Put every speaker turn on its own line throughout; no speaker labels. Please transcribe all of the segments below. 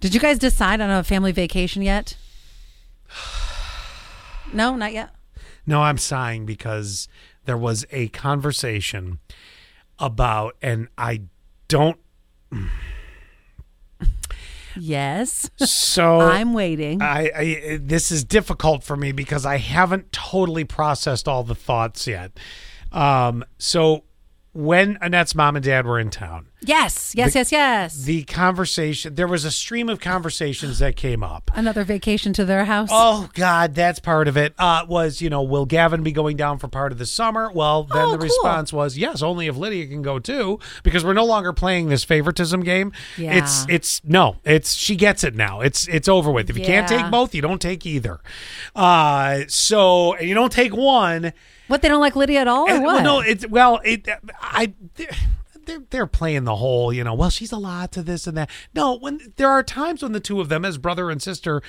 Did you guys decide on a family vacation yet? No, not yet.
No, I'm sighing because there was a conversation about, and I don't.
Yes.
So uh,
I'm waiting.
I, I this is difficult for me because I haven't totally processed all the thoughts yet. Um, so when Annette's mom and dad were in town,
yes, yes, yes, yes.
the conversation there was a stream of conversations that came up.
Another vacation to their house.
Oh God, that's part of it. Uh, was you know will Gavin be going down for part of the summer? Well, then
Oh,
the
cool.
response was yes, only if Lydia can go too, because we're no longer playing this favoritism game.
Yeah.
It's it's no, it's she gets it now. It's it's over with. If you can't
Yeah.
take both, you don't take either. Uh, so and you don't take one.
What they don't like Lydia at all, or
And-
what?
Well, no, it's well, it I. They're, they're playing the whole, you know, well, she's a lot to this and that. No, when there are times when the two of them, as brother and sister,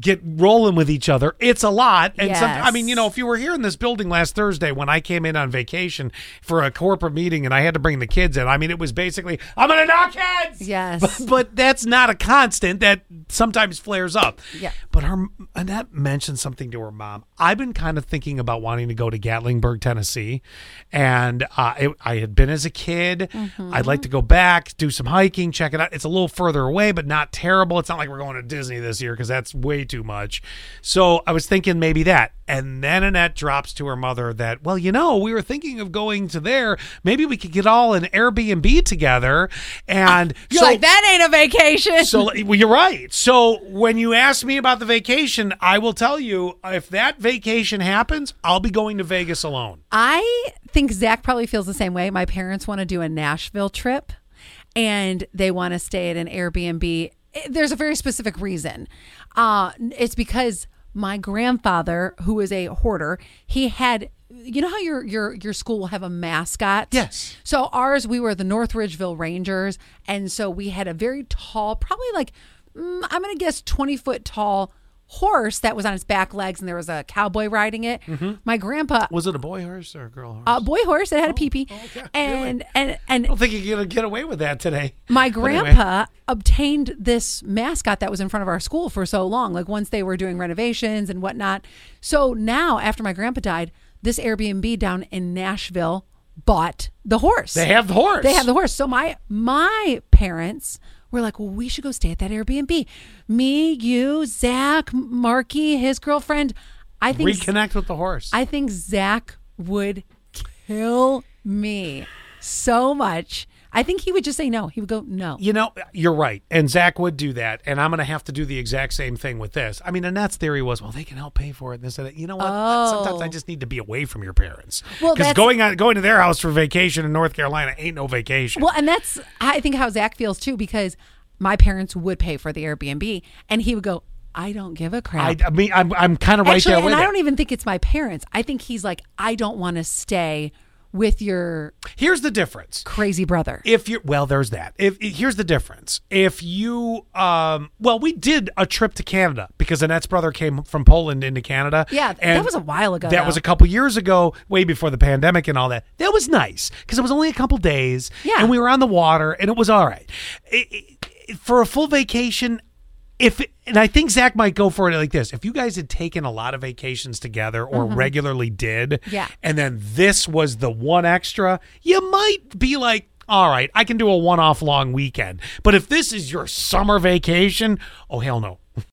get rolling with each other, it's a lot. And some, I mean, you know,
Yes.
if you were here in this building last Thursday when I came in on vacation for a corporate meeting and I had to bring the kids in, I mean, it was basically, I'm going to knock heads.
Yes.
But, but that's not a constant that sometimes flares up.
Yeah.
But her Annette mentioned something to her mom. I've been kind of thinking about wanting to go to Gatlinburg, Tennessee, and uh, it, I had been as a kid. I'd like to go back, do some hiking, check it out. It's a little further away, but not terrible. It's not like we're going to Disney this year because that's way too much. So I was thinking maybe that. And then Annette drops to her mother that, well, you know, we were thinking of going to there. Maybe we could get all an Airbnb together. And
You're
so-
like that ain't a vacation.
so well, you're right. So when you ask me about the vacation, I will tell you if that vacation happens, I'll be going to Vegas alone.
I think Zach probably feels the same way. My parents want to do a Nashville trip and they want to stay at an Airbnb. Eh, There's a very specific reason. Uh, it's because my grandfather, who is a hoarder, he had. You know how your your your school will have a mascot?
Yes.
So ours, we were the North Ridgeville Rangers, and so we had a very tall, probably like mm, I'm gonna guess 20 foot tall horse that was on its back legs, and there was a cowboy riding it. My grandpa
Was it a boy horse or a girl horse?
uh, boy horse
Oh,
that had a peepee,
okay.
and, and
I
and
don't think you're gonna get away with that today.
my
But Oh. anyway.
grandpa obtained this mascot that was in front of our school for so long. Like once they were doing renovations and whatnot. So now, after my grandpa died, this Airbnb down in Nashville bought the horse.
they have the horse.
They have the horse. So my my parents were like, "Well, we should go stay at that Airbnb. Me, you, Zach, Marky, his girlfriend. I think
reconnect with the horse.
I think Zach would kill me so much. I think he would just say no. He would go no.
you know, you're right. And Zach would do that. And I'm going to have to do the exact same thing with this. I mean, Annette's theory was, well, they can help pay for it. And this and that. You know what? Sometimes I just need to be away from your parents.
Oh. Well,
because
that's-
going on going to their house for vacation in North Carolina ain't no vacation.
Well, and that's I think how Zach feels too because my parents would pay for the Airbnb and he would go, "I don't give a crap."
I, I mean, I'm, I'm kind of right
Actually,
there with
and I
it.
don't even think it's my parents. I think he's like, "I don't want to stay with your
Here's the difference.
crazy brother."
If you well, there's that. If here's the difference. If you um well, we did a trip to Canada because Annette's brother came from Poland into Canada.
Yeah, that was a while ago,
That
though.
was a couple years ago, way before the pandemic and all that. That was nice because it was only a couple days.
Yeah.
and we were on the water and it was all right. It- it- for a full vacation, if and I think Zach might go for it like this. If you guys had taken a lot of vacations together or regularly did,
Yeah.
and then this was the one extra, you might be like, all right, I can do a one off long weekend. But if this is your summer vacation, oh hell no.